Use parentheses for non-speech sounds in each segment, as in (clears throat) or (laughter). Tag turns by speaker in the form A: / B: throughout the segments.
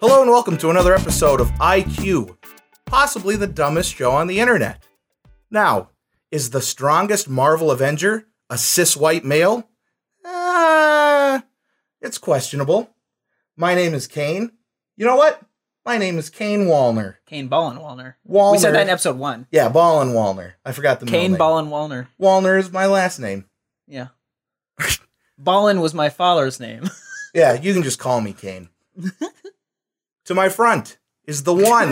A: Hello and welcome to another episode of IQ, possibly the dumbest show on the internet. Now, is the strongest Marvel Avenger a cis white male? Uh, it's questionable. My name is Kane. You know what? My name is Kane Wallner.
B: Kane Ballenwalner.
A: Wallner.
B: We said that in episode one.
A: Yeah, Ball and Wallner. I forgot the middle
B: Kane
A: name.
B: Ballenwalner.
A: Wallner is my last name.
B: Yeah. Ballin was my father's name.
A: Yeah, you can just call me Kane. to my front is the one.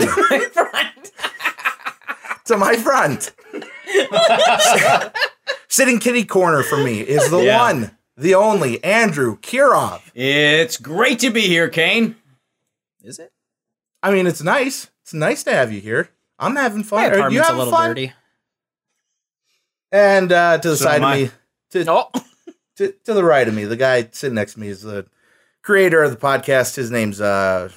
A: (laughs) to my front. Sitting kitty corner for me is the
C: Yeah.
A: one, the only Andrew Kirov.
C: It's great to be here, Kane.
B: Is it?
A: I mean, it's nice. It's nice to have you here. I'm having fun.
B: My
A: Are you
B: apartment's a
A: having
B: little
A: fun?
B: dirty.
A: And uh, to the
C: So
A: side
C: am
A: of
C: I.
A: me, to,
B: No. (laughs)
A: to, to the right of me, the guy sitting next to me is the creator of the podcast. His name's uh,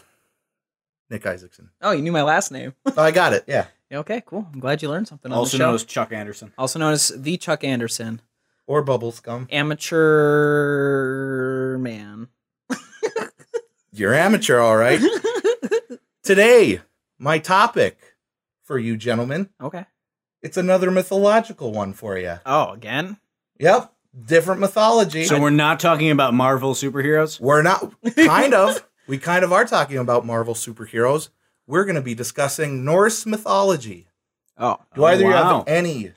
A: Nick Isaacson.
B: Oh, you knew my last name.
A: Oh, I got it. Yeah.
B: Yeah, okay, cool. I'm glad you learned something on
C: Also
B: the show.
C: known as Chuck Anderson.
B: also known as the Chuck Anderson,
A: Or bubble scum.
B: amateur man.
A: You're amateur, all right. Today, my topic for you gentlemen,
B: Okay.
A: it's another mythological one for you.
B: Oh, again?
A: Yep, different mythology.
C: So we're not talking about Marvel superheroes.
A: we're not kind of we kind of are talking about Marvel superheroes. We're going to be discussing Norse mythology.
B: Oh.
A: Do
C: Oh,
A: either of
C: wow.
A: you have any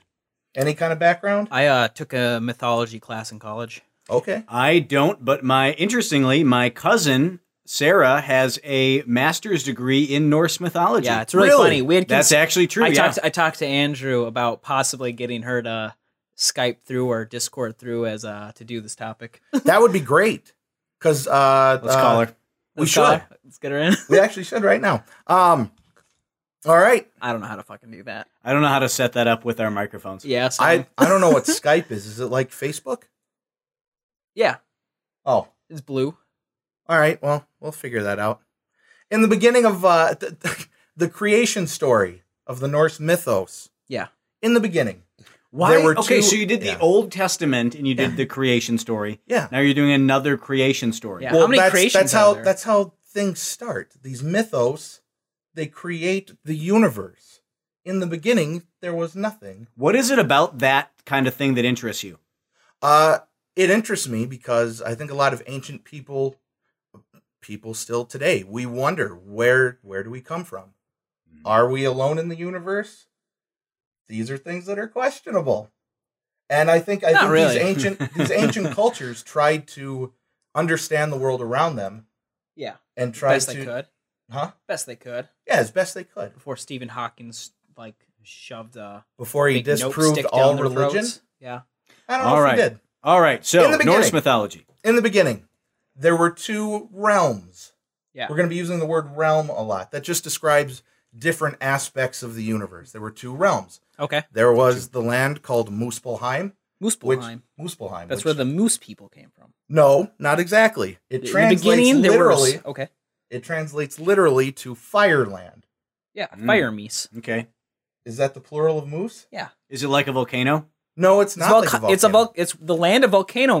A: any kind of background?
B: I uh, took a mythology class in college.
A: Okay.
C: I don't, but my interestingly, my cousin Sarah has a master's degree in Norse mythology.
B: Yeah, it's really,
A: Really?
B: funny. We had
C: that's
B: cons-
C: actually true.
B: I
C: yeah.
B: talked. I talked to Andrew about possibly getting her to Skype through or Discord through as uh to do this topic.
A: That would be great. Cuz uh
C: Let's
A: uh,
C: call her.
A: (laughs) We
B: Let's call
A: should.
B: her. Let's get her
A: (laughs)
B: in.
A: We actually should right now. Um All right.
B: I don't know how to fucking do that.
C: I don't know how to set that up with our microphones.
B: Yeah. So,
A: I I don't
C: (laughs)
A: know what Skype is. Is it like Facebook?
B: yeah.
A: Oh,
B: It's blue.
A: All right. Well, we'll figure that out. In the beginning of uh, th- th- (laughs) the creation story of the Norse mythos,
B: Yeah.
A: in the beginning,
C: Why?
A: There were
C: okay,
A: two-
C: so you did the
A: yeah.
C: Old Testament and you did the creation story.
A: yeah.
C: Now you're doing another creation story.
B: Yeah. how many
A: that's,
B: creations
A: that's
B: are
A: how
B: there?
A: that's how things start. These mythos, they create the universe. In the beginning, there was nothing.
C: What is it about that kind of thing that interests you?
A: Uh, it interests me because I think a lot of ancient people, people still today, we wonder where where do we come from?
B: Mm-hmm.
A: Are we alone in the universe? These are things that are questionable, and I think I
B: Not
A: think
B: really.
A: these ancient
B: (laughs)
A: these ancient cultures tried to understand the world around them
B: Yeah.
A: and tried
B: Best
A: to
B: they could.
A: huh
B: Best they could
A: yeah as best they could
B: before Stephen Hawkins like shoved a
A: before he
B: big note
A: disproved
B: stick
A: all
B: down their
A: religion.
B: throats. Yeah.
A: I don't know
C: All
A: if
C: right.
A: he did.
C: All right,
A: In
C: so
A: the beginning.
C: Norse mythology.
A: In the beginning, there were two realms.
B: Yeah.
A: We're going to be using the word realm a lot. That just describes different aspects of the universe. There were two realms.
B: Okay.
A: There was the land called Muspelheim, which
B: Muspelheim.
A: Muspelheim.
B: That's
A: which-
B: where the moose people came from.
A: no, not exactly. It
B: In the
A: translates
B: beginning, there were
A: literally.
B: s- okay.
A: It translates literally to fireland.
B: Yeah.
C: Mm.
B: Fire meese.
C: Okay.
A: Is that the plural of moose?
B: Yeah.
C: Is it like a volcano?
A: No, it's
B: It's,
A: not.
B: volca-
A: like a
B: it's a
A: volcano.
B: vol- It's the land of volcano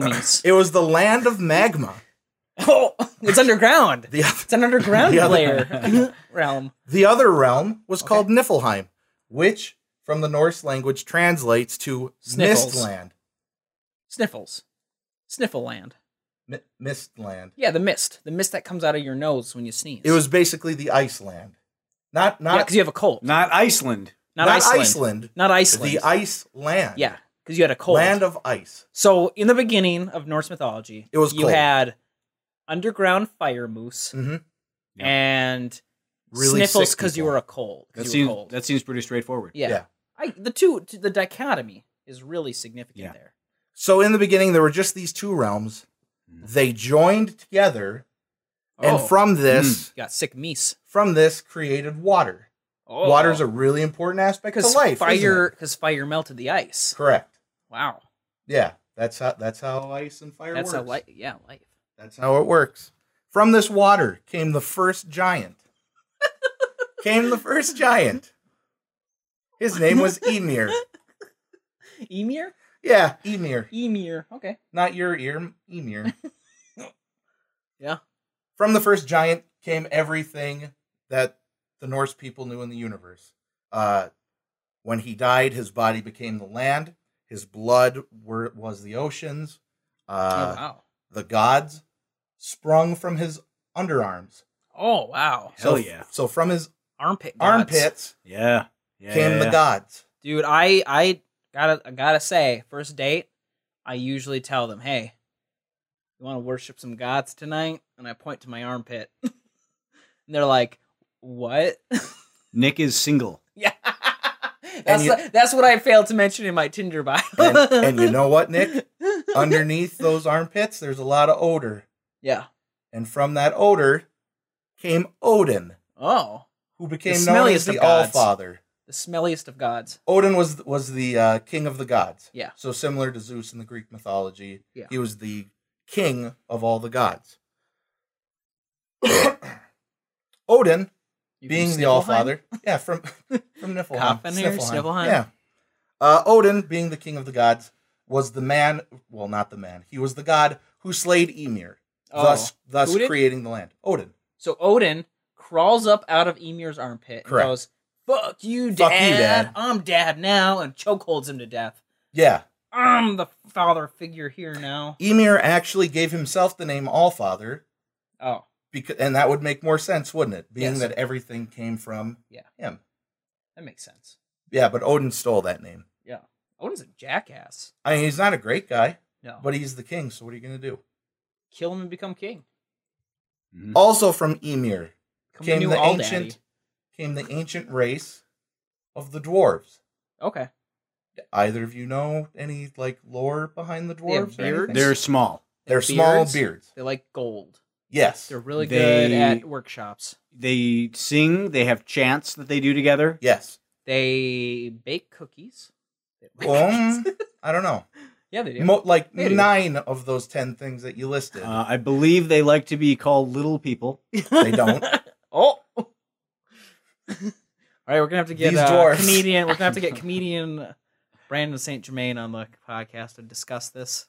A: (coughs)
B: meese.
A: It was the land of magma.
B: (laughs) oh, it's underground. (laughs)
A: The
B: It's
A: (laughs)
B: an underground
A: The other-
B: layer realm.
A: The other realm was
B: Okay.
A: called Niflheim, which from the Norse language translates to
B: Sniffles.
A: mistland.
B: Sniffles. Sniffle land.
A: Mi- mistland.
B: Yeah, the mist. The mist that comes out of your nose when you sneeze.
A: It was basically the Iceland. Not
B: Yeah,
A: not,
B: because you have a cold. Not,
C: Not Iceland.
A: not
B: Iceland.
A: Iceland.
B: Not Iceland.
A: The Iceland.
B: yeah, because you had a cold.
A: Land of ice.
B: so in the beginning of Norse mythology,
A: It was
B: you
A: cold.
B: had underground fire moose
A: hmm
C: Yeah.
B: and
A: Really
B: sniffles
A: sick
B: because you
A: people.
B: were a cold. 'cause
C: That
B: you
C: seems
B: were cold.
C: that seems pretty straightforward.
B: yeah.
A: yeah.
B: I, the two, the dichotomy is really significant
C: Yeah.
B: there.
A: So in the beginning there were just these two realms. They joined together and
B: Oh,
A: from this
B: you got sick meese.
A: from this created water.
B: Oh.
A: Water's a really important aspect of
B: because
A: life. isn't
B: fire
A: it?
B: because fire melted the ice.
A: Correct.
B: Wow,
A: Yeah. That's how that's how ice and fire
B: that's
A: works.
B: a light. Yeah, life.
A: That's how it works. From this water came the first giant. came the first giant. His name was Emir.
B: Emir,
A: Yeah, Emir.
B: Emir. Okay.
A: Not your ear, Emir.
B: Yeah.
A: From the first giant came everything that the Norse people knew in the universe. Uh, when he died, his body became the land. His blood were, was the oceans. Uh,
B: oh wow.
A: The gods sprung from his underarms.
B: Oh wow.
C: Hell
A: so,
C: yeah.
A: So from his
B: Armpit. gods.
A: armpits
C: Yeah. Yeah.
A: came
C: yeah,
A: the
B: (laughs)
C: yeah.
A: gods.
B: dude. I I gotta I gotta say, first date, I usually tell them, hey, you want to worship some gods tonight? And I point to my armpit, (laughs) and they're like, what? (laughs)
C: Nick is single.
B: yeah. That's,
A: you-
B: the- that's what I failed to mention in my Tinder bio.
A: And, and you know what,
B: (laughs)
A: Nick? Underneath those armpits, there's a lot of odor.
B: yeah.
A: And from that odor came Odin,
B: Oh,
A: who became
B: The
A: known
B: smelliest
A: as the
B: of gods.
A: Allfather.
B: the smelliest of gods.
A: Odin was was the uh, king of the gods.
B: Yeah.
A: So similar to Zeus in the Greek mythology,
B: Yeah.
A: he was the king of all the gods. (coughs) Odin,
B: You from
A: being the Allfather,
B: Sniffleheim?
A: (laughs) yeah,
B: (laughs)
A: from from Niflheim,
B: Copenhagen, Sniffleheim.
A: yeah. Uh, Odin, being the king of the gods, was the man. Well, not the man. He was the god who slayed Ymir,
B: Oh.
A: thus thus
B: Who did?
A: creating the land. Odin,
B: So Odin crawls up out of Emir's armpit and
A: Correct.
B: goes, "Fuck you,
A: Fuck you,
B: dad.
A: Dad."
B: I'm dad now," and chokeholds him to death.
A: yeah.
B: I'm the father figure here now.
A: Ymir actually gave himself the name Allfather
B: Oh,
A: because and that would make more sense, wouldn't it? Being
B: Yes.
A: that everything came from
B: Yeah.
A: him.
B: that makes sense.
A: Yeah, but Odin stole that name.
B: Yeah, Odin's a jackass.
A: I mean, he's not a great guy,
B: No,
A: but he's the king. So what are you gonna do?
B: kill him and become king. Mm.
C: Mhm.
A: Also from Ymir
B: Become
A: came
B: new
A: the
B: All
A: ancient
B: Daddy.
A: came the ancient race of the dwarves.
B: Okay,
A: Either of you know any like lore behind the
B: have
A: dwarves? or
B: beards?
A: anything?
C: They're small.
A: they're
B: Beards.
A: small beards.
B: They like gold.
A: Yes.
B: They're really good
C: They-
B: at workshops.
C: They sing. They have chants that they do together.
A: yes.
B: They bake cookies. They bake
A: Um,
B: cookies. (laughs)
A: I don't know.
B: yeah, they do.
A: Mo- like
B: They do.
A: nine of those ten things that you listed.
C: Uh, I believe they like to be called little people.
A: they (laughs) don't.
B: Oh. (laughs) All right, we're gonna have to get
A: These
B: uh,
A: dwarfs.
B: comedian. We're gonna have
A: (laughs)
B: to get comedian Brandon Saint Germain on the podcast to discuss
A: (coughs)
B: this.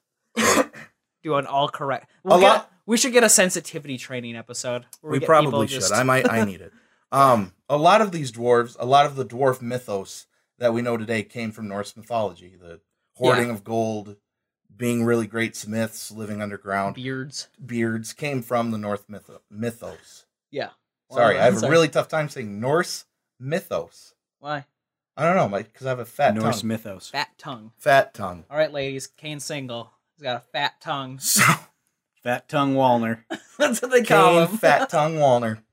B: Do an all correct. We'll
A: A
B: get-
A: lot-
B: we should get a sensitivity training episode. where
A: we
B: get
A: probably
B: people
A: should.
B: just-
A: I might. I need
B: (laughs)
A: it. Um, a lot of these dwarves, a lot of the dwarf mythos that we know today came from Norse mythology. The hoarding of gold, being really great smiths, living underground,
B: beards.
A: beards came from the North mytho- mythos.
B: Yeah.
A: Sorry,
B: Well,
A: I have a
B: sorry.
A: really tough time saying Norse mythos.
B: why
A: I don't know, like because I have a fat
C: Norse
A: tongue.
C: mythos.
B: fat tongue.
A: fat tongue.
B: All right, ladies. Kane single. He's got a fat tongue.
A: (laughs)
B: (laughs)
A: So
C: Fat tongue Walner.
B: That's what they call
A: came
B: him.
A: fat tongue
B: (laughs)
A: Walner.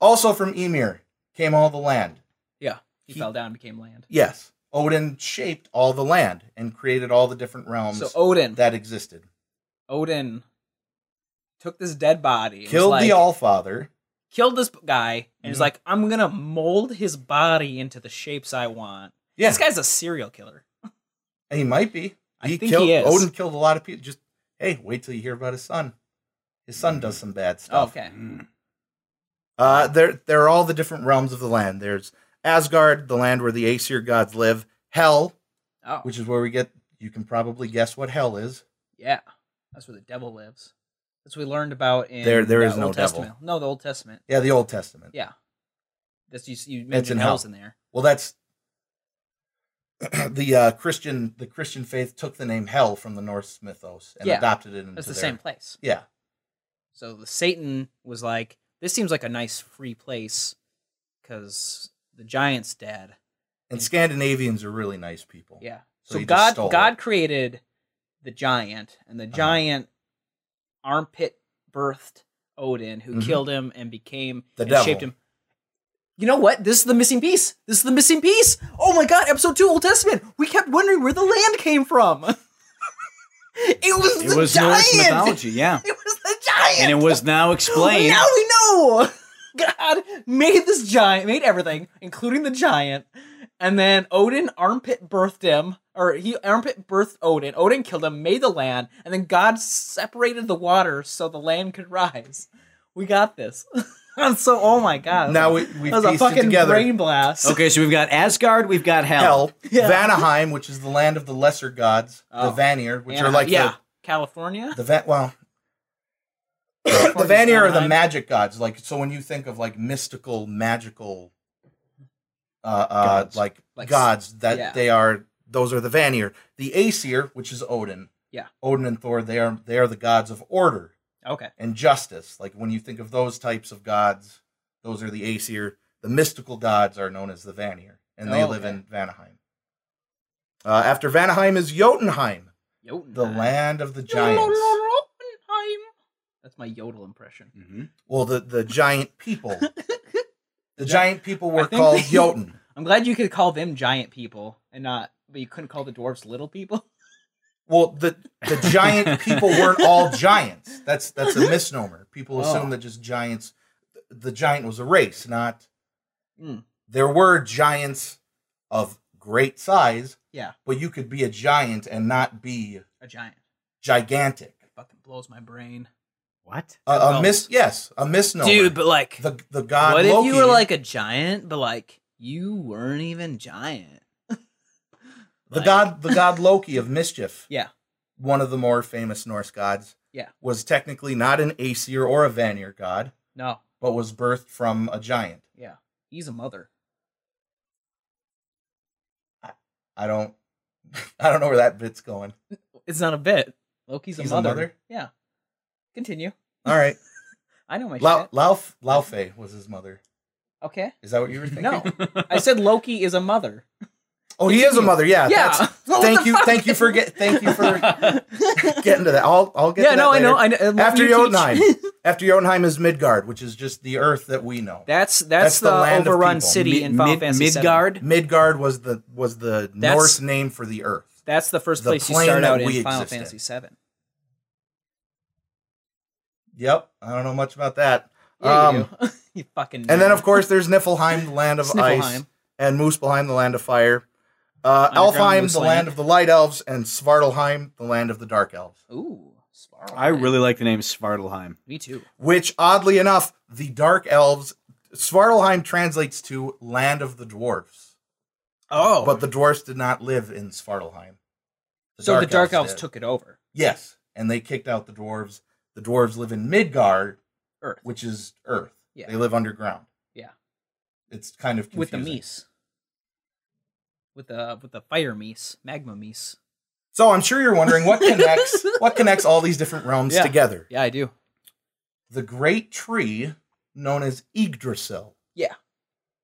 A: Also from Emir came all the land.
B: he fell down and became land.
A: Yes. Odin shaped all the land and created all the different realms
B: So Odin.
A: that existed.
B: Odin took this dead body. and was
A: Killed
B: like,
A: the Allfather.
B: killed this guy and is
A: Mhm.
B: like, I'm gonna mold his body into the shapes I want.
A: Yeah,
B: This guy's a serial killer.
A: he might be.
B: I think
A: killed,
B: he is.
A: Odin killed a lot of people. Just hey, wait till you hear about his son. His son does some bad stuff.
B: Mm-hmm. Oh, okay.
C: Mm.
A: Uh, there, there are all the different realms of the land. There's Asgard, the land where the Aesir gods live. Hell,
B: Oh,
A: which is where we get. You can probably guess what hell is.
B: yeah. That's where the devil lives. That's what we learned about in
A: There- there
B: the
A: is no
B: Old
A: devil.
B: Testament. No, the Old Testament.
A: Yeah, the Old Testament.
B: Yeah. That's you. You
A: It's in
B: mentioned hell's
A: hell.
B: in there.
A: Well, that's (clears throat) the uh, Christian. The Christian faith took the name hell from the Norse mythos and
B: Yeah.
A: adopted it into
B: That's the
A: their-
B: same place.
A: Yeah,
B: So the Satan was like, "This seems like a nice free place, because the giant's dead."
A: and Scandinavians are really nice people.
B: Yeah.
A: So
B: So,
A: he just
B: God
A: stole
B: God
A: it.
B: created the giant, and the giant armpit birthed Odin, who
A: Mhm.
B: killed him and became
A: The
B: and
A: devil.
B: shaped him. You know what? This is the missing piece. This is the missing piece. Oh my god, episode two, Old Testament. We kept wondering where the land came from. (laughs) it was
C: It
B: the
C: was
B: giant.
C: Norse mythology, yeah.
B: (laughs) It was the giant.
C: And it was now explained.
B: Now we know. (laughs) God made this giant, made everything, including the giant, and then Odin armpit birthed him, or he armpit birthed Odin. Odin killed him, made the land, and then God separated the water so the land could rise. We got this. (laughs) I'm so oh my god.
A: Now we we
B: that was a
A: pieced it
B: fucking
A: together.
B: brain blast.
C: Okay, so we've got Asgard, we've got Hell.
A: Hell,
B: (laughs) Yeah.
A: Vanaheim, which is the land of the lesser gods,
B: Oh.
A: the Vanir, which
B: And-
A: are like
B: yeah, California.
A: (coughs) the the Va- well, the Vanir are the magic gods. Like so, when you think of like mystical, magical, uh, uh
C: Gods.
A: like,
B: Like s-
A: gods, that
B: yeah.
A: they are. Those are the Vanir. The Aesir, which is Odin.
B: Yeah.
A: Odin and Thor. They are they are the gods of order
B: Okay.
A: and justice. Like when you think of those types of gods, those are the Aesir. The mystical gods are known as the Vanir, and they
B: Oh,
A: live
B: okay.
A: in Vanaheim. Uh, after Vanaheim is Jotunheim, the
B: Jotunheim.
A: land of the giants.
B: Jotunheim. That's my yodel impression.
C: Mhm.
A: Well, the, the giant
B: (laughs)
A: people. The giant people
B: I
A: were
B: think
A: called
B: they- (laughs)
A: Jotun.
B: I'm glad you could call them giant people and not, but you couldn't call the dwarves little people. (laughs)
A: Well, the the giant people weren't all giants. That's that's
B: (laughs)
A: a misnomer. People assume
B: Oh.
A: that just giants. The giant was a race, not.
B: Mm.
A: There were giants of great size.
B: Yeah.
A: but you could be a giant and not be
B: A giant.
A: gigantic.
B: Fucking blows my brain.
C: What?
A: A, a
B: Oh.
A: mis yes, a misnomer.
B: Dude, but like,
A: the the god
B: what
A: Loki,
B: if you were like a giant, but like you weren't even giant?
A: the
B: like-
A: god the god Loki of mischief.
B: (laughs) Yeah.
A: one of the more famous Norse gods.
B: Yeah.
A: was technically not an Aesir or a Vanir god,
B: No.
A: but was birthed from a giant.
B: Yeah. He's a mother.
A: I don't (laughs) I don't know where that bit's going.
B: It's not a bit. Loki's a,
A: He's a
B: mother.
A: mother?
B: Yeah. Continue.
A: All
B: (laughs)
A: right.
B: I know my
A: Lau
B: shit.
A: Lauf Laufey was his mother.
B: Okay.
A: Is that what you were thinking?
B: No. (laughs) I said Loki is a mother.
A: (laughs) Oh, he is a mother. Yeah.
B: yeah. (laughs) What
A: thank
B: the
A: you.
B: fuck?
A: Thank you for get thank you
B: (laughs)
A: for (laughs) getting to that. I'll I'll get
B: yeah,
A: to that
B: no, I
A: later.
B: know. I know. Love
A: (laughs) After
B: you,
A: Jotunheim.
B: teach.
A: After Jotunheim is Midgard, which is just the earth that we know.
B: (laughs) that's,
A: That's
B: that's
A: the
B: the,
A: land of
B: overrun
A: people.
B: city in Final Fantasy VII.
C: Midgard.
A: Midgard was the was the
B: That's-
A: Norse name for the earth.
B: That's the first
A: The
B: place you
A: plane
B: start
A: that
B: out in
A: we
B: Final
A: exist
B: Fantasy VII.
A: Yep. I don't know much about that.
B: Yeah,
A: Um,
B: you, do. (laughs) you fucking.
A: And then of course there's Niflheim, the land
B: (laughs)
A: of ice.
B: Sniffleheim.
A: and Muspelheim, the land of fire, uh,
B: Underground
A: Elfheim,
B: Moose
A: the land
B: Land.
A: of the light elves, and Svartalheim, the land of the dark elves.
B: Ooh, Sparrow.
C: I really like the name Svartalheim.
B: Me too.
A: Which, oddly enough, the dark elves, Svartalheim translates to land of the dwarves,
B: Oh,
A: but the dwarves did not live in Svartalheim.
B: so the Dark Elves,
A: did.
B: took it over.
A: yes, and they kicked out the dwarves. The dwarves live in Midgard,
B: Earth
A: which is Earth.
B: Yeah.
A: They live underground.
B: Yeah.
A: it's kind of
B: with the
A: confusing.
B: Meese, with the with the fire Meese, magma Meese.
A: So I'm sure you're wondering what
B: (laughs)
A: connects what connects all these different realms
B: Yeah.
A: together.
B: Yeah, I do.
A: the great tree known as Yggdrasil.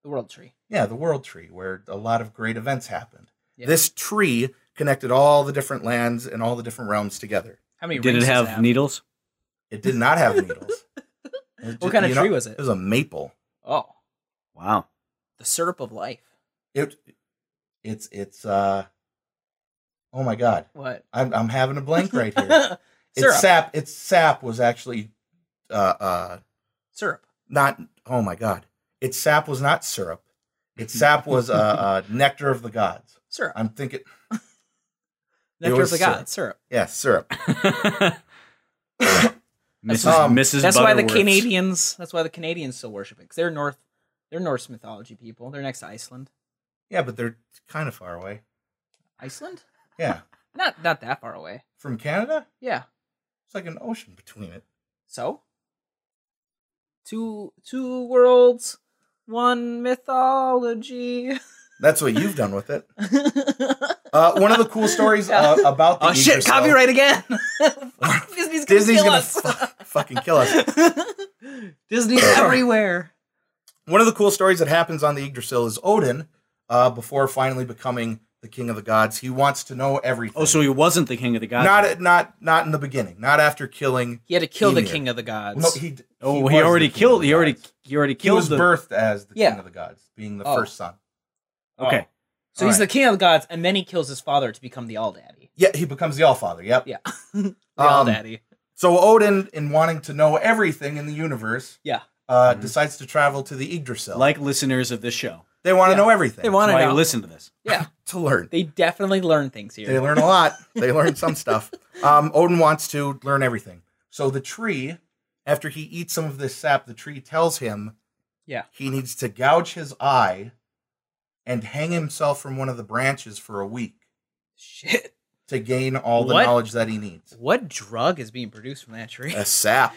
B: The World Tree.
A: Yeah, the world tree where a lot of great events happened.
B: Yeah.
A: This tree connected all the different lands and all the different realms together.
B: How many
C: Did
B: rings
C: it
B: does
C: have needles?
A: It did not have needles. It ju-
B: (laughs) What kind of
A: you know,
B: tree was it?
A: It was a maple.
B: Oh,
C: Wow.
B: the syrup of life.
A: It it's it's uh Oh my god.
B: What?
A: I'm I'm having a blank right here.
B: (laughs) syrup.
A: its sap its sap was actually uh uh
B: syrup.
A: not oh my god. Its sap was not syrup.
B: Mm-hmm.
A: Its sap was
B: (laughs)
A: uh, uh nectar of the gods.
B: Syrup.
A: I'm thinking
B: Nectar of
A: was
B: the
A: syrup.
B: gods. Syrup.
A: Yeah, syrup.
C: Mrs.
A: Um,
C: Mrs.
B: That's why the
C: Butterworth's.
B: Canadians. That's why the Canadians still worship it because they're North. They're Norse mythology people. They're next to Iceland.
A: Yeah, but they're kind of far away.
B: Iceland?
A: Yeah.
B: Not not that far away.
A: From Canada?
B: Yeah.
A: It's like an ocean between it.
B: So, two two worlds, one mythology. (laughs) Oh,
A: That's what you've done with it. Uh, one of the cool stories
B: (laughs)
A: uh, about the
B: oh shit!
A: Yggdrasil-
B: Copyright again. (laughs) Disney's
A: (laughs)
B: gonna
A: Disney's
B: kill
A: gonna
B: us.
A: fu- fucking kill us.
B: (laughs)
A: (coughs)
B: Disney's everywhere.
A: One of the cool stories that happens on the Yggdrasil is Odin, uh, before finally becoming the king of the gods, he wants to know everything.
C: Oh, so he wasn't the king of the gods.
A: not not not in the beginning, not after killing.
B: He had to kill the
A: Emir.
B: king of the gods.
A: No, he.
C: Oh,
A: was
C: he,
A: the
C: already
A: king of
C: killed.
A: the
C: He already
A: gods.
C: he already
A: He
C: killed
A: was
C: the.
A: birthed as the
B: Yeah.
A: king of the gods, being the
B: Oh.
A: first son.
C: Okay.
A: oh,
B: so he's
A: Alright.
B: the king of the gods, and then he kills his father to become the All Daddy.
A: Yeah, he becomes the All Father. Yep.
B: Yeah, the All
A: Um,
B: Daddy.
A: So Odin, in wanting to know everything in the universe,
B: Yeah.
A: uh, decides to travel to the Yggdrasil.
C: Mm-hmm. Like listeners of this show,
A: they want to
B: Yeah.
A: know everything.
B: They want
C: that's
B: to
C: why you
B: know.
C: listen to this.
B: Yeah,
A: to learn.
B: they definitely learn things here.
A: They learn a lot. they learn some
B: (laughs)
A: stuff. Um, Odin wants to learn everything. So the tree, after he eats some of this sap, the tree tells him,
B: Yeah.
A: he needs to gouge his eye, and hang himself from one of the branches for a week
B: Shit.
A: to gain all the
B: What?
A: knowledge that he needs.
C: Uh,
B: (laughs) What drug is being produced from that tree?
A: A sap.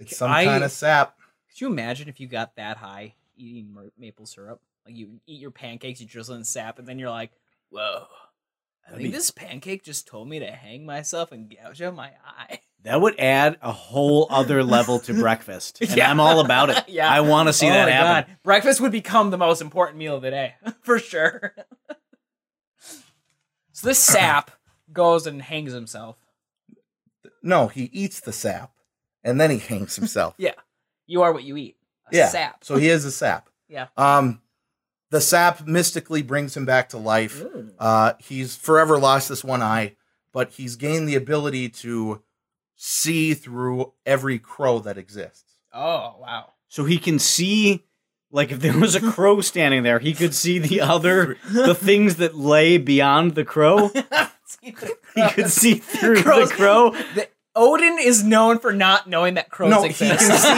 A: It's some
B: I-
A: kind of sap.
B: Could you imagine if you got that high eating mer- maple syrup? Like you eat your pancakes, you drizzle in sap, and then you're like, "Whoa, I
C: That'd
B: think
C: be-
B: this pancake just told me to hang myself and gouge out my eye."
C: That would add a whole other
B: (laughs)
C: level to breakfast. And
B: Yeah.
C: I'm all about it.
B: (laughs) Yeah.
C: I want to (laughs) see
B: Oh
C: that
B: my
C: happen.
B: God. Breakfast would become the most important meal of the day (laughs) for sure. so
C: (clears throat)
B: this sap goes and hangs himself.
A: No, he eats the sap and then he
B: (laughs)
A: hangs himself.
B: Yeah, you are what you eat. A
A: yeah.
B: sap.
A: So he is a sap.
B: Yeah.
A: Um, the sap mystically brings him back to life.
B: Ooh.
A: Uh, he's forever lost this one eye, but he's gained the ability to see through every crow that exists.
B: Oh wow. (laughs)
C: So he can see, like, if there was a crow standing there, he could see the other, the things that lay beyond
B: (laughs)
C: the crow. He could see through
B: Crows.
C: the crow.
B: The- Odin is known for not knowing that crows
A: No, he
B: exist. (laughs)
A: can
B: see.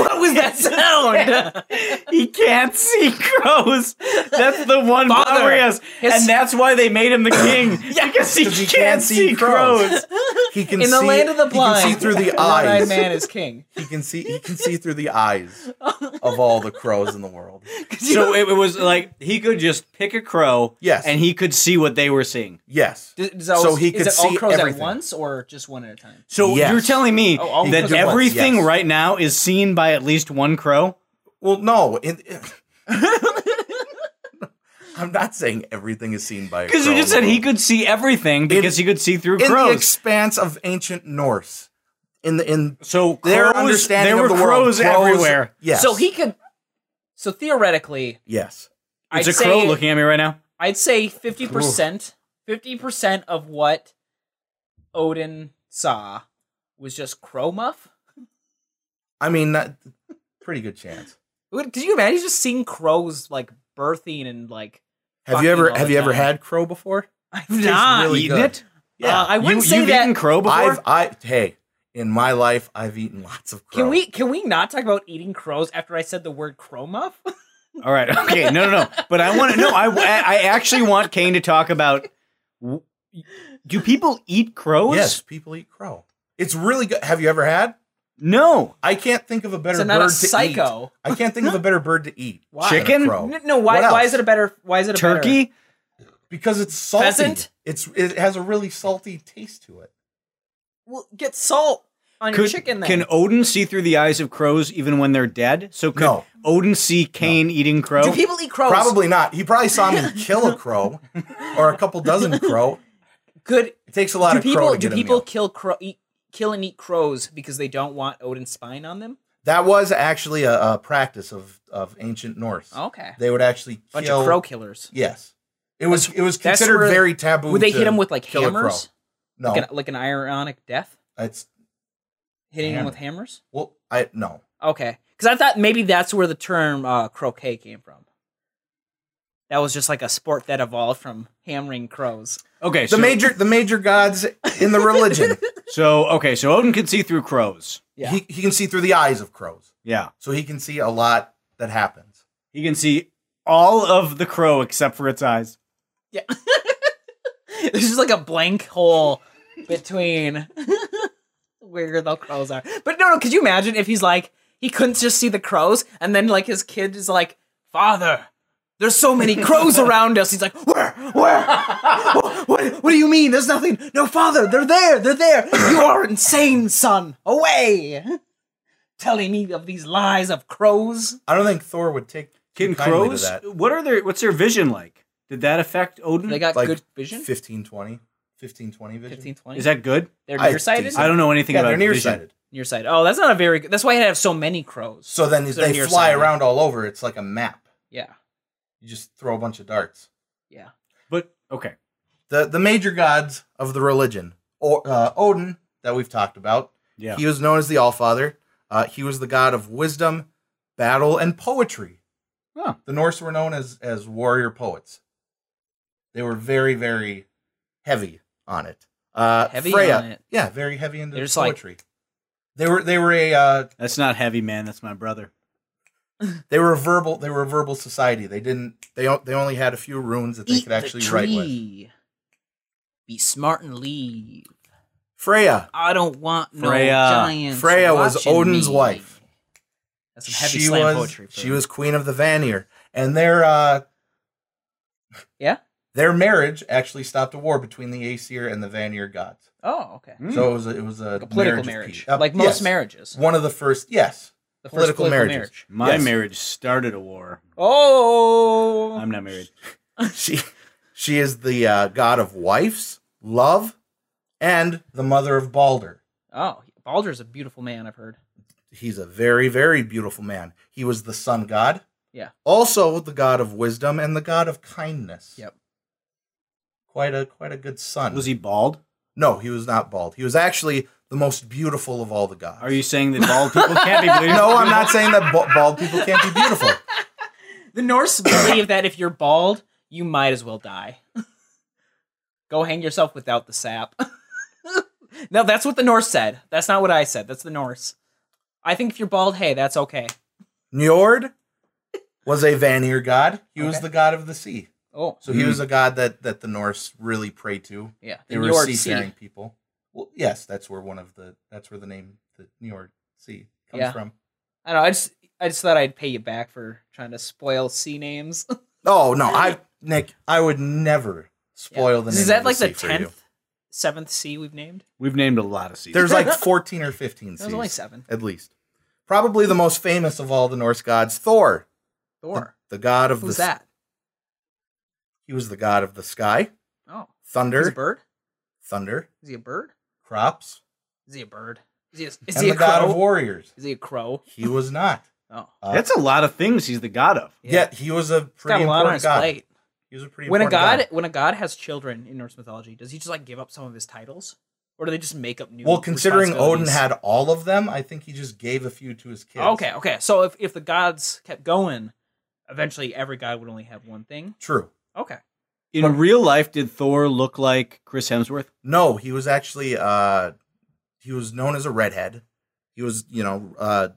B: what was that sound?
C: He can't see crows. That's the one
B: Father,
C: power he has.
B: his-
C: and that's why they made him the king. (laughs)
B: Yeah,
C: because he,
A: 'cause he
C: can't, see crows. (laughs)
A: He can
B: In the
A: see-
B: land of the blind,
A: He can see through the
B: one-eyed
A: eyes.
B: man is king.
A: He can see. He can see through the eyes of all the crows in the world.
C: so it, it was like he could just pick a crow.
A: Yes.
C: And he could see what they were seeing.
A: Yes.
B: Does- does all-
A: So he could
B: is it all
A: see
B: crows
A: everything.
B: at once or just one at a time?
C: So
A: Yes.
C: you're telling me
B: Oh, all
C: that
B: crows at once,
C: everything
A: yes.
C: right now is seen by at least one crow?
A: Well, no. In, (laughs) I'm not saying everything is seen by a
C: Because
A: crow
C: you
A: in
C: just
A: the
C: said he
A: world.
C: could see everything because he could see through
A: in the
C: crows.
A: expanse of ancient Norse. In the in
C: so
A: their
C: crows,
A: understanding
C: there were
A: of the
C: crows,
A: world,
C: everywhere.
A: Yes.
B: So he could. So theoretically,
A: Yes.
C: It's
B: I'd
C: a crow
B: say
C: looking at me right now.
B: I'd say fifty percent, fifty percent of what Odin saw was just crow muff.
A: I mean, that, pretty good chance.
B: Would- Could you imagine just seeing crows like birthing and like? (laughs)
A: Have
B: Fucking
A: you ever
B: all
A: have
B: the
A: you ever
B: time.
A: had crow before?
B: I've
A: Tastes
B: not
A: really
C: Eaten
A: good.
C: it?
A: Yeah.
B: Uh, I wouldn't
C: you,
B: say
C: you've
B: that.
C: eaten crow before.
A: I've I hey in my life I've eaten lots of crow.
B: Can we can we not talk about eating crows after I said the word crow muff?
C: All right. (laughs) Okay. No, no, no. But I want to know. I, I actually want Kane to talk about. w- Do people eat crows?
A: Yes, people eat crow. It's really good. Have you ever had?
C: No.
A: I can't think of a (laughs) better
B: So not
A: bird
B: a
A: to eat.
B: psycho.
A: I can't think of a better bird to eat.
B: Why?
A: than a
C: Chicken?
A: crow.
B: N- No, why
A: Oh. What
B: why
A: else?
B: is it a better why is it a better-
C: Turkey.
A: Because it's salty.
B: Pheasant?
A: It's it has a really salty taste to it.
B: Well, get salt on your
C: Could-
B: chicken then.
C: Can Odin see through the eyes of crows even when they're dead? So could
A: No.
C: Odin see Cain eating crow?
B: Do people eat crows?
A: Probably not. He probably
B: (laughs)
A: saw me kill a crow or a couple dozen crow.
B: Good.
A: It takes a lot
B: Do
A: of crow
B: people
A: to
B: do
A: get a
B: people
A: meal.
B: kill crow eat, kill and eat crows because they don't want Odin's spine on them?
A: That was actually a, a practice of, of ancient Norse.
B: Okay.
A: They would actually
B: Oh. Bunch
A: kill
B: of crow killers.
A: Yes, it was it was
B: that's
A: considered
B: where-
A: very taboo.
B: Would they
A: to
B: hit him with like
A: kill a crow.
B: hammers?
A: No,
B: Like, an, like an ironic death?
A: it's
B: Hitting him
A: Hammer.
B: with hammers?
A: well, I no.
B: Okay. Because I thought maybe that's where the term uh, croquet came from. That was just like a sport that evolved from hammering crows.
C: okay.
A: The
C: so,
A: major the major gods in the religion.
C: so okay. So Odin can see through crows.
B: (laughs) Yeah.
A: he he can see through the eyes of crows,
C: Yeah.
A: so he can see a lot that happens.
C: He can see all of the crow except for its eyes.
B: Yeah. There's just like a blank hole between where the crows are. But no, no, could you imagine if he's like, he couldn't just see the crows, and then like his kid is like, Father, there's so many crows around us. He's like, Where? Where? What, what, what do you mean? There's nothing. No, Father, they're there. They're
C: (laughs)
B: there. You are insane, son. Away. Telling me of these lies of crows.
A: I don't think Thor would take too
C: Can
A: kindly to
C: crows?
A: that.
C: What are their? What's their vision like? Did that affect Odin?
B: They got
A: Like
B: good vision.
A: 15, 20, 15, 20 vision.
B: 15, 20.
C: Is that good?
B: they're
A: I-
B: nearsighted?
A: decent.
C: I don't know anything
A: yeah,
C: about
A: they're
C: vision.
A: nearsighted.
B: nearsighted. Oh, that's not a very good. That's why you have so many crows.
A: So then
B: They're
A: they fly
B: nearsighted.
A: around all over. It's like a map.
B: yeah,
A: You just throw a bunch of darts.
B: yeah.
C: But okay.
A: The the major gods of the religion, or uh, Odin that we've talked about,
C: Yeah.
A: He was known as the Allfather. Uh, he was the god of wisdom, battle, and poetry.
C: Huh.
A: The Norse were known as as warrior poets. They were very, very heavy on it. Uh,
B: Heavy
A: Freya,
B: on it?
A: yeah, very heavy into
B: They're just like-
A: poetry. they were they were a uh,
C: That's not heavy, man. That's my brother.
A: they were a verbal they were a verbal society. They didn't they o- they only had a few runes that they could actually write with.
B: Be smart and leave.
A: Freya.
D: I don't want no
C: Freya-
D: giants.
A: Freya was
D: watching
A: Odin's
D: me.
A: wife.
B: That's some heavy slam
A: was,
B: poetry.
A: She was queen of the Vanir, and their uh,
B: Yeah?
A: their marriage actually stopped a war between the Aesir and the Vanir gods.
B: Oh, okay.
C: Hmm.
A: So it was a, it was a,
B: Like a political
A: of
B: marriage,
A: peace. Uh,
B: like most
A: Mm. yes.
B: marriages.
A: One of the first,
B: (laughs)
A: yes,
B: The first
A: political marriages.
B: marriage.
C: My
A: Yes.
C: marriage started a war.
B: Oh,
C: I'm not married.
A: she she is the uh, god of wives, love, and the mother of Balder.
B: oh, Baldur's a beautiful man. I've heard.
A: He's a very very beautiful man. He was the sun god.
B: Yeah.
A: Also the god of wisdom and the god of kindness.
B: Yep.
A: Quite a quite a good son.
C: Oh, Was he bald?
A: No, he was not bald. He was actually the most beautiful of all the gods.
C: Are you saying that bald people can't be (laughs) believed?
A: No, I'm not saying that ba- bald people can't be beautiful.
B: The Norse (coughs) believe that if you're bald, you might as well die. Go hang yourself without the sap. (laughs) no, that's what the Norse said. That's not what I said. That's the Norse. I think if you're bald, hey, that's okay.
A: Njord was a Vanir god. He was
B: Okay.
A: the god of the sea.
B: Oh,
A: So he
C: Hmm.
A: was a god that that the Norse really prayed to.
B: yeah.
A: They
B: The
A: were
B: Njord
A: seafaring
B: Sea.
A: people. Well, yes, that's where one of the that's where the name the Njord Sea comes
B: Yeah.
A: from.
B: I don't know. I just, I just thought I'd pay you back for trying to spoil sea names. (laughs)
A: Oh no, I Nick, I would never spoil the name.
B: Is
A: of
B: that like the
A: sea for you.
B: tenth, seventh sea we've named?
C: We've named a lot of seasons.
A: There's like
C: (laughs)
A: fourteen or fifteen.
B: That was only
A: seas,
B: seven.
A: at least. Probably the most famous of all the Norse gods, Thor,
B: Thor.
A: the god of
B: Who's
A: the s-
B: that?
A: He was the god of the sky,
B: Oh, he's a
A: thunder,
B: bird.
A: thunder,
B: Is he a bird?
A: crops,
B: Is he a bird? Is he a, is
A: and
B: he
A: the
B: a
A: god of
B: crow?
A: warriors.
B: Is he a crow?
A: He was
C: (laughs)
A: not.
B: Oh,
A: Uh,
C: That's a lot of things he's the god of.
B: yeah.
A: Yet he was a
B: He's got
A: pretty
B: a lot
A: important
B: on his
A: god.
B: plate.
A: He was a pretty
B: When a
A: important
B: god, when a god has children in Norse mythology, does he just like give up some of his titles, or do they just make up new?
A: Well, considering Odin
B: responsibilities? Oh,
A: had all of them, I think he just gave a few to his kids.
B: Okay, okay. So if if the gods kept going, eventually every god would only have one thing.
A: True.
B: Okay.
C: In real life, did Thor look like Chris Hemsworth?
A: No, he was actually uh he was known as a redhead. He was, you know, uh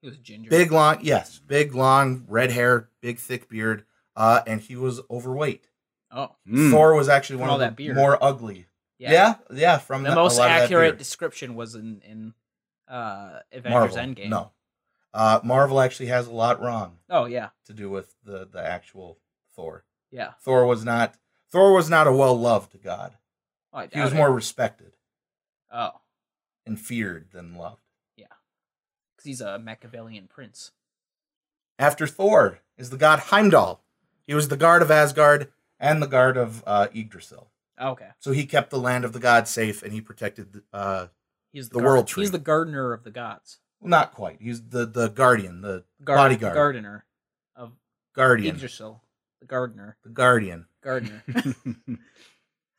B: He was a ginger.
A: big long yes, big long red hair, big thick beard, uh and he was overweight.
B: Oh,
C: Mm. (laughs)
A: Thor was actually one
B: all
A: of the
B: that beard.
A: more ugly.
B: yeah.
A: Yeah, yeah, from
B: The
A: that- a
B: most
A: lot of that
B: accurate
A: beard.
B: description was in in uh, Avengers
A: Marvel.
B: Endgame.
A: No. Uh Marvel actually has a lot wrong
B: Oh yeah,
A: to do with the the actual Thor.
B: yeah.
A: Thor was not Thor was not a well-loved god.
B: Oh, I
A: He was
B: doubt it.
A: more respected
B: Oh,
A: and feared than loved.
B: because he's a Machiavellian prince.
A: after Thor is the god Heimdall. He was the guard of Asgard and the guard of uh, Yggdrasil.
B: Oh, Okay.
A: So he kept the land of the gods safe and he protected. The, uh,
B: He's the,
A: The
B: gar-
A: world tree.
B: He's the gardener of the gods.
A: well, not quite. He's the the guardian, the
B: Gar-
A: Bodyguard.
B: Gardener of
A: guardian,
B: Yggdrasil. The gardener.
A: the guardian. (laughs)
B: Gardener.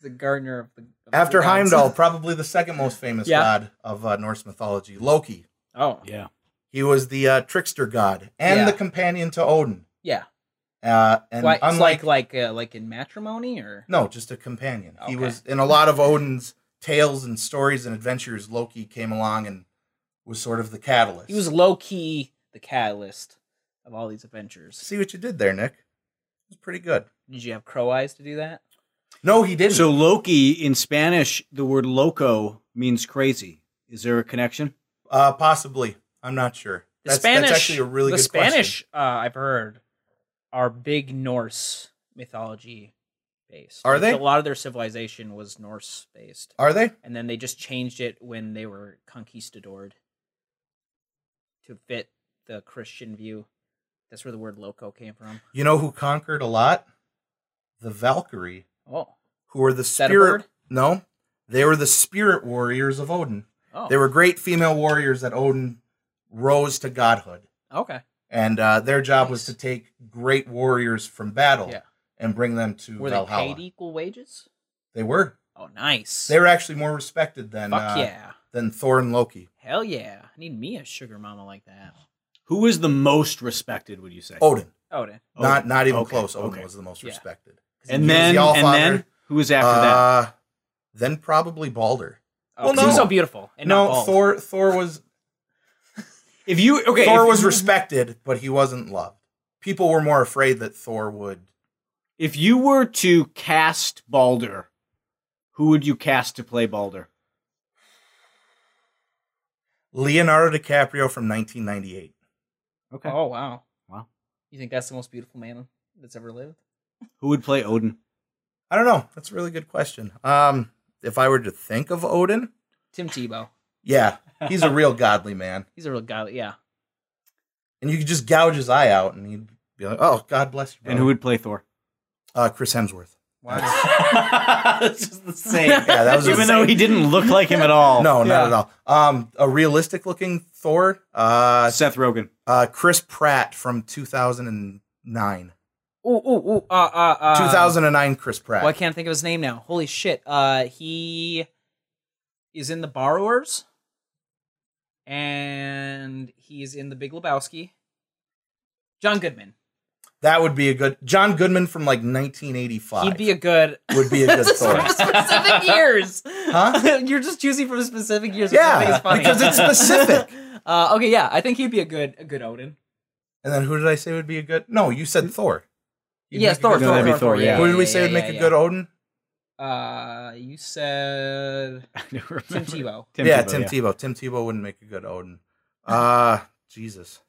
B: the gardener of the. of the
A: After
B: gods.
A: Heimdall, probably the second most famous
B: Yeah.
A: god of uh, Norse mythology, Loki.
B: (laughs) Oh. Yeah.
C: yeah.
A: He was the uh, trickster god and
B: Yeah.
A: the companion to Odin. Uh, and
B: Why- it's
A: unlike
B: like like uh, like in matrimony or.
A: no, just a companion. He
B: Okay.
A: was in a lot of Odin's tales and stories and adventures. Loki came along and was sort of the catalyst.
B: He was low key the catalyst of all these adventures.
A: See what you did there, Nick. It was pretty good.
B: Did you have crow eyes to do that?
A: No, he didn't.
C: So Loki in Spanish, the word loco means crazy. Is there a connection?
A: uh, possibly. I'm not sure.
B: The
A: That's,
B: Spanish.
A: that's actually a really
B: the
A: good question.
B: Spanish uh, I've heard are big Norse mythology based.
A: Are they?
B: A lot of their civilization was Norse based,
A: Are they?
B: and then they just changed it when they were conquistadored to fit the Christian view. That's where the word "loco" came from.
A: You know who conquered a lot? The Valkyrie,
B: Oh,
A: who were the
B: is that a
A: spirit.
B: bird?
A: No, they were the spirit warriors of Odin.
B: Oh,
A: They were great female warriors that Odin rose to godhood.
B: okay.
A: and uh, their job was to
B: Nice.
A: take great warriors from battle
B: Yeah.
A: and bring them to
B: Were they
A: Valhalla.
B: paid equal wages?
A: They were.
B: Oh, nice.
A: They were actually more respected than
B: Fuck
A: uh,
B: yeah,
A: than Thor and Loki.
B: hell yeah! I need me a sugar mama like that.
C: Who is the most respected? Would you say?
A: Odin,
B: Oh, damn.
C: Odin.
A: not not even
C: Okay,
A: close. Odin
C: okay.
A: was the most
B: Yeah.
A: respected.
C: And
A: He was
C: then,
A: the
C: and
A: Allfather.
C: then, who was after that?
A: uh, then probably Balder.
B: Oh,
A: Well,
B: 'cause he was
A: no.
B: so beautiful and
A: no,
B: not bald.
A: Thor Thor was
C: If you (laughs) okay,
A: Thor
C: if-
A: was respected, but he wasn't loved. People were more afraid that Thor would.
C: If you were to cast Balder, who would you cast to play Balder?
A: Leonardo DiCaprio from 1998.
C: Okay.
B: Oh wow.
C: Wow.
B: You think that's the most beautiful man that's ever lived?
C: Who would play Odin?
A: I don't know. That's a really good question. Um, if I were to think of Odin,
B: Tim Tebow.
A: yeah,
C: (laughs)
A: he's a real godly man,
B: He's a real guy. Yeah.
A: and you could just gouge his eye out, and he'd be like, "Oh, God bless you."
C: And who would play Thor?
A: Uh, Chris Hemsworth.
C: (laughs) That's just the
A: (laughs)
C: same.
A: Yeah, that was
C: Even
A: the
C: though he didn't look like him at all.
A: No, not
B: Yeah.
A: at all. Um, a realistic looking Thor. Uh,
C: Seth Rogen.
A: uh, Chris Pratt from 2009.
B: Ooh ooh ooh. Uh uh uh.
A: 2009 Chris Pratt.
B: Well, I can't think of his name now. Holy shit. Uh, he is in The Borrowers, and he's in The Big Lebowski. John Goodman.
A: that would be a good John Goodman from like 1985.
B: He'd be a good.
A: (laughs) would be a good Thor. (laughs)
B: (laughs) specific years.
A: Huh?
B: (laughs) You're just choosing from specific years. which I think
A: Yeah,
B: is funny.
A: because it's specific.
B: (laughs) Uh, okay, yeah, I think he'd be a good a good Odin.
A: And then who did I say would be a good? No, you said Thor. You'd
B: yes,
A: make a
B: Thor.
A: good
C: No,
B: Thor,
C: that'd
B: Thor,
C: be Thor, yeah.
A: Who did we say would
B: yeah,
A: make a
B: yeah.
A: good Odin?
B: Uh, you said
C: (laughs) I don't
B: Tim
C: remember.
B: Tebow.
A: yeah,
C: Tebow,
A: Tim Tebow. Tim Tebow wouldn't make a good Odin. Uh Jesus.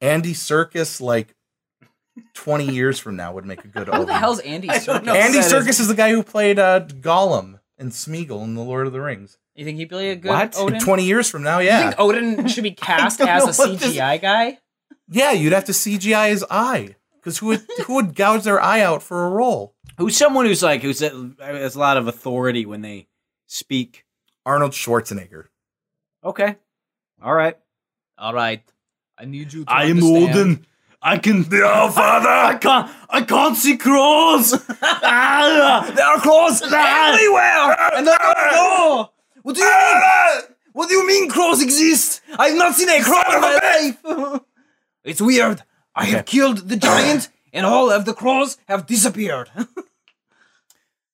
A: Andy Circus, like 20 years from now, would make a good Odin.
B: Who the hell's Andy?
C: I don't
B: Serkis?
C: know.
A: Andy
C: That is-
A: Circus is the guy who played uh, Gollum and Smeagol in The Lord of the Rings.
B: You think he'd be a good
C: What?
B: Odin?
A: 20 years from now,
B: You
A: yeah.
B: think Odin should be cast
C: (laughs) I don't
B: as
C: know
B: a
C: what this-
B: CGI guy?
A: Yeah, you'd have to CGI his eye. Because who
B: (laughs)
A: would, who would gouge their eye out for a role?
C: Who's someone who's like who's at, has a lot of authority when they speak?
A: Arnold Schwarzenegger.
C: Okay, all right.
B: All right, I need you. To
C: I can. Oh, father! (laughs) I can't. I can't see (laughs) crows. ah, there are crows (laughs) everywhere.
B: And then no,
C: What do you mean? What do you mean crows exist? I've not seen a crow in my
A: (laughs)
C: life. It's weird. I have killed
A: (clears throat)
C: the giant, and all of the crows have disappeared.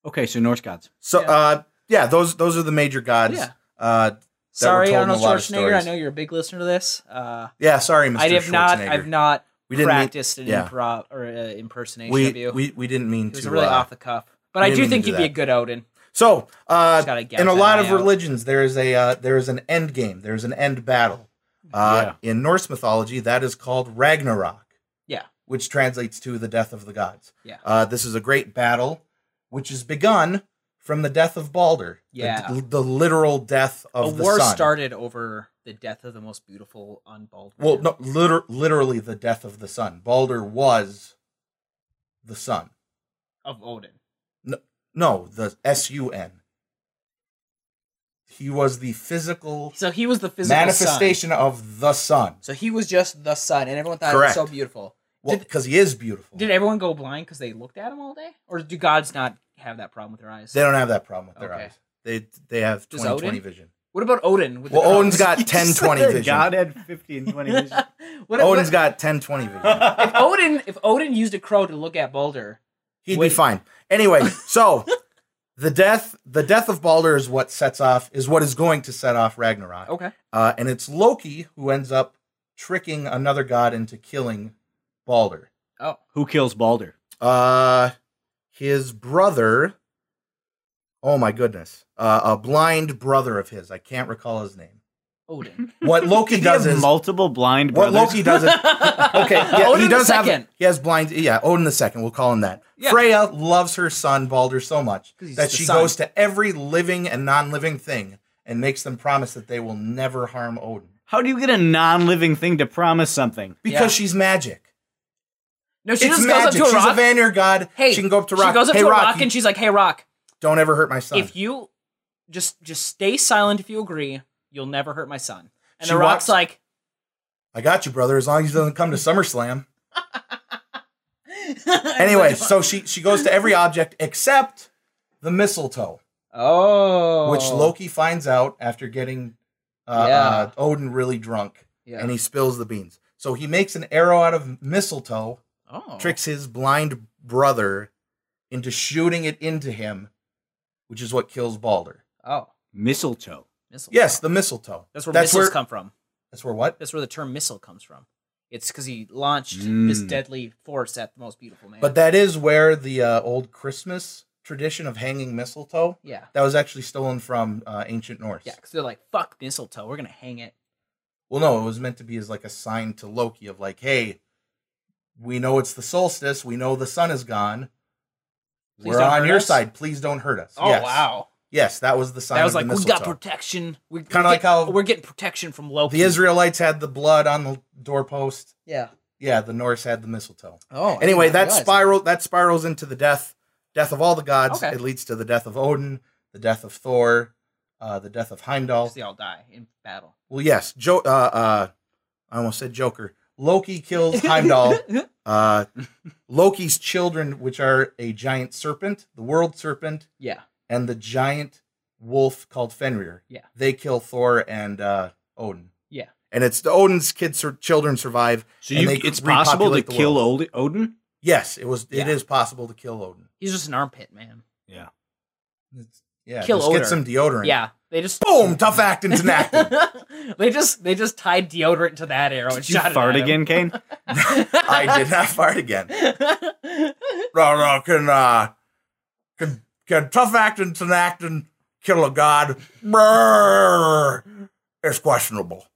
C: okay, so Norse gods.
A: So,
B: Yeah. Oh,
A: uh, yeah, those those are the major gods.
B: Yeah.
A: Uh,
B: sorry,
A: told in
B: Arnold
A: a lot of
B: Schwarzenegger. I
A: stories.
B: know you're a big listener to this. Uh,
A: yeah, sorry, Mr.
B: I have not.
A: Schwarzenegger.
B: I've not
A: We didn't mean-
B: practiced an
A: yeah.
B: improv or uh, impersonation
A: we,
B: of you.
A: we we didn't mean
B: it was
A: to.
B: really
A: uh,
B: off the cuff, but
A: we
B: I
A: didn't
B: do
A: mean
B: think
A: to
B: he'd
A: do
B: be a
A: that.
B: good Odin.
A: So,
B: Just
A: uh,
B: gotta gouge
A: in a
B: that
A: lot
B: eye
A: of
B: out.
A: religions, there is a uh, there is an end game. There is an end battle. Uh, In Norse mythology, that is called Ragnarok.
B: Yeah.
A: which translates to the death of the gods.
B: Yeah.
A: uh, this is a great battle, which is begun from the death of Balder. the-
B: Yeah.
A: the, literal death of
B: a
A: the
B: war
A: sun.
B: started over the death of the most beautiful unbald.
A: Well,
B: man.
A: no, liter- literally the death of the sun. Balder was the sun.
B: of Odin.
A: No, the S U N. He was the physical,
B: So he was the physical manifestation.
A: manifestation of the sun.
B: So he was just the sun, and everyone thought it was
A: Correct.
B: so beautiful.
A: Well,
B: Did-
A: because he is beautiful.
B: Did everyone go blind because they looked at him all day, or do gods not have that problem with their eyes?
A: they don't have that problem with their
B: Okay.
A: eyes. They they have
B: Does
A: 20 20
B: Odin?
A: vision.
B: what about Odin? With the
A: Well, Odin's
B: (laughs) crows?
A: got 10 20 vision.
C: had 15,
D: (laughs)
C: 20
B: what,
A: Odin's
B: what-
A: got 10 20 vision.
B: (laughs) if Odin if Odin used a crow to look at Balder,
A: He'd
B: Wait.
A: be fine.
B: (laughs)
A: Anyway, so the death the death of Balder is what sets off is what is going to set off Ragnarok.
B: okay,
A: Uh, and it's Loki who ends up tricking another god into killing Balder.
B: oh,
C: (laughs) Who kills Balder?
A: Uh, his brother. Oh my goodness! Uh, a blind brother of his. I can't recall his name. (laughs)
B: Odin.
A: What
C: (laughs)
A: Loki does is
C: multiple blind
A: what Loki does
B: (laughs)
A: is okay. Yeah,
B: Odin
A: he does
B: the
A: have.
B: second.
A: He has blind. Yeah, Odin the second. We'll call him that.
B: Yeah.
A: Freya loves her son Balder so much
B: 'Cause he's
A: that
B: the
A: she
B: son.
A: goes to every living and non-living thing and makes them promise that they will never harm Odin
C: How do you get a non-living thing to promise something?
A: because
B: Yeah.
A: she's magic.
B: No, she
A: it's
B: just
A: magic.
B: goes up to a
A: she's
B: rock.
A: a Vanir god.
B: hey,
A: she can go up to rock.
B: She goes up
A: hey,
B: to a
A: rock,
B: rock and she's like, "Hey, rock,
A: don't ever hurt my son.
B: if you just just stay silent if you agree, you'll never hurt my son." And
A: She
B: the rock's
A: walks-
B: like, (laughs)
A: I got you, brother. As long as he doesn't come to SummerSlam.
B: (laughs)
A: anyway, so she she goes to every object except the mistletoe,
B: "Oh,"
A: which Loki finds out after getting uh,
B: Yeah.
A: uh, Odin really drunk,
B: Yeah.
A: and he spills the beans. So he makes an arrow out of mistletoe,
B: oh.
A: tricks his blind brother into shooting it into him, which is what kills Balder.
B: Oh,
C: Mistletoe.
B: missile.
A: Yes, the mistletoe.
B: that's where
A: that's
B: missiles
A: where,
B: come from.
A: That's where what?
B: That's where the term missile comes from. It's because he launched
C: Mm.
B: this deadly force at the most beautiful man.
A: But that is where the uh, old Christmas tradition of hanging mistletoe
B: Yeah.
A: that was actually stolen from uh, ancient Norse.
B: Yeah, because they're like, fuck mistletoe, we're gonna hang it.
A: Well, no, it was meant to be as like a sign to Loki of like, hey, we know it's the solstice, we know the sun is gone.
B: Please
A: We're
B: don't
A: on
B: hurt
A: your
B: us."
A: side. Please don't hurt us.
B: Oh
A: yes.
B: wow.
A: Yes, that was the sign.
B: That was
A: of
B: like
A: the
B: we got
A: mistletoe.
B: protection. We
A: Kinda
B: we
A: like
B: get-
A: how-
B: we're getting protection from Loki.
A: the Israelites had the blood on the doorpost.
B: Yeah.
A: Yeah, the Norse had the mistletoe.
B: Oh.
A: anyway, that spiral that spirals into the death death of all the gods.
B: Okay.
A: It leads to the death of Odin, the death of Thor, uh, the death of Heimdall.
B: They all die in battle.
A: Well, yes, jo- uh, uh, I almost said Joker. Loki
B: (laughs)
A: kills Heimdall. uh, Loki's children, which are a giant serpent, the world serpent,
B: yeah.
A: and the giant wolf called Fenrir.
B: Yeah.
A: they kill Thor and uh, Odin.
B: Yeah.
A: and it's the Odin's kids or children survive.
D: So
A: And
D: you,
A: they
D: it's
A: repopulate
D: possible to
A: the
D: kill Od- Odin?
A: Yes, it was. It
B: Yeah.
A: is possible to kill Odin.
B: He's just an armpit man.
A: It's, yeah,
B: Kill
A: just
B: Odin.
A: get some deodorant.
B: Yeah. They just (laughs)
A: boom, tough acting to acting.
B: they just they just tied deodorant to that arrow and
D: Did you
B: shot it
D: fart
B: at him.
D: again, Kane?
B: (laughs)
A: I did not fart again. No, no, can uh, can can tough acting to acting kill a god? Brrr. It's questionable.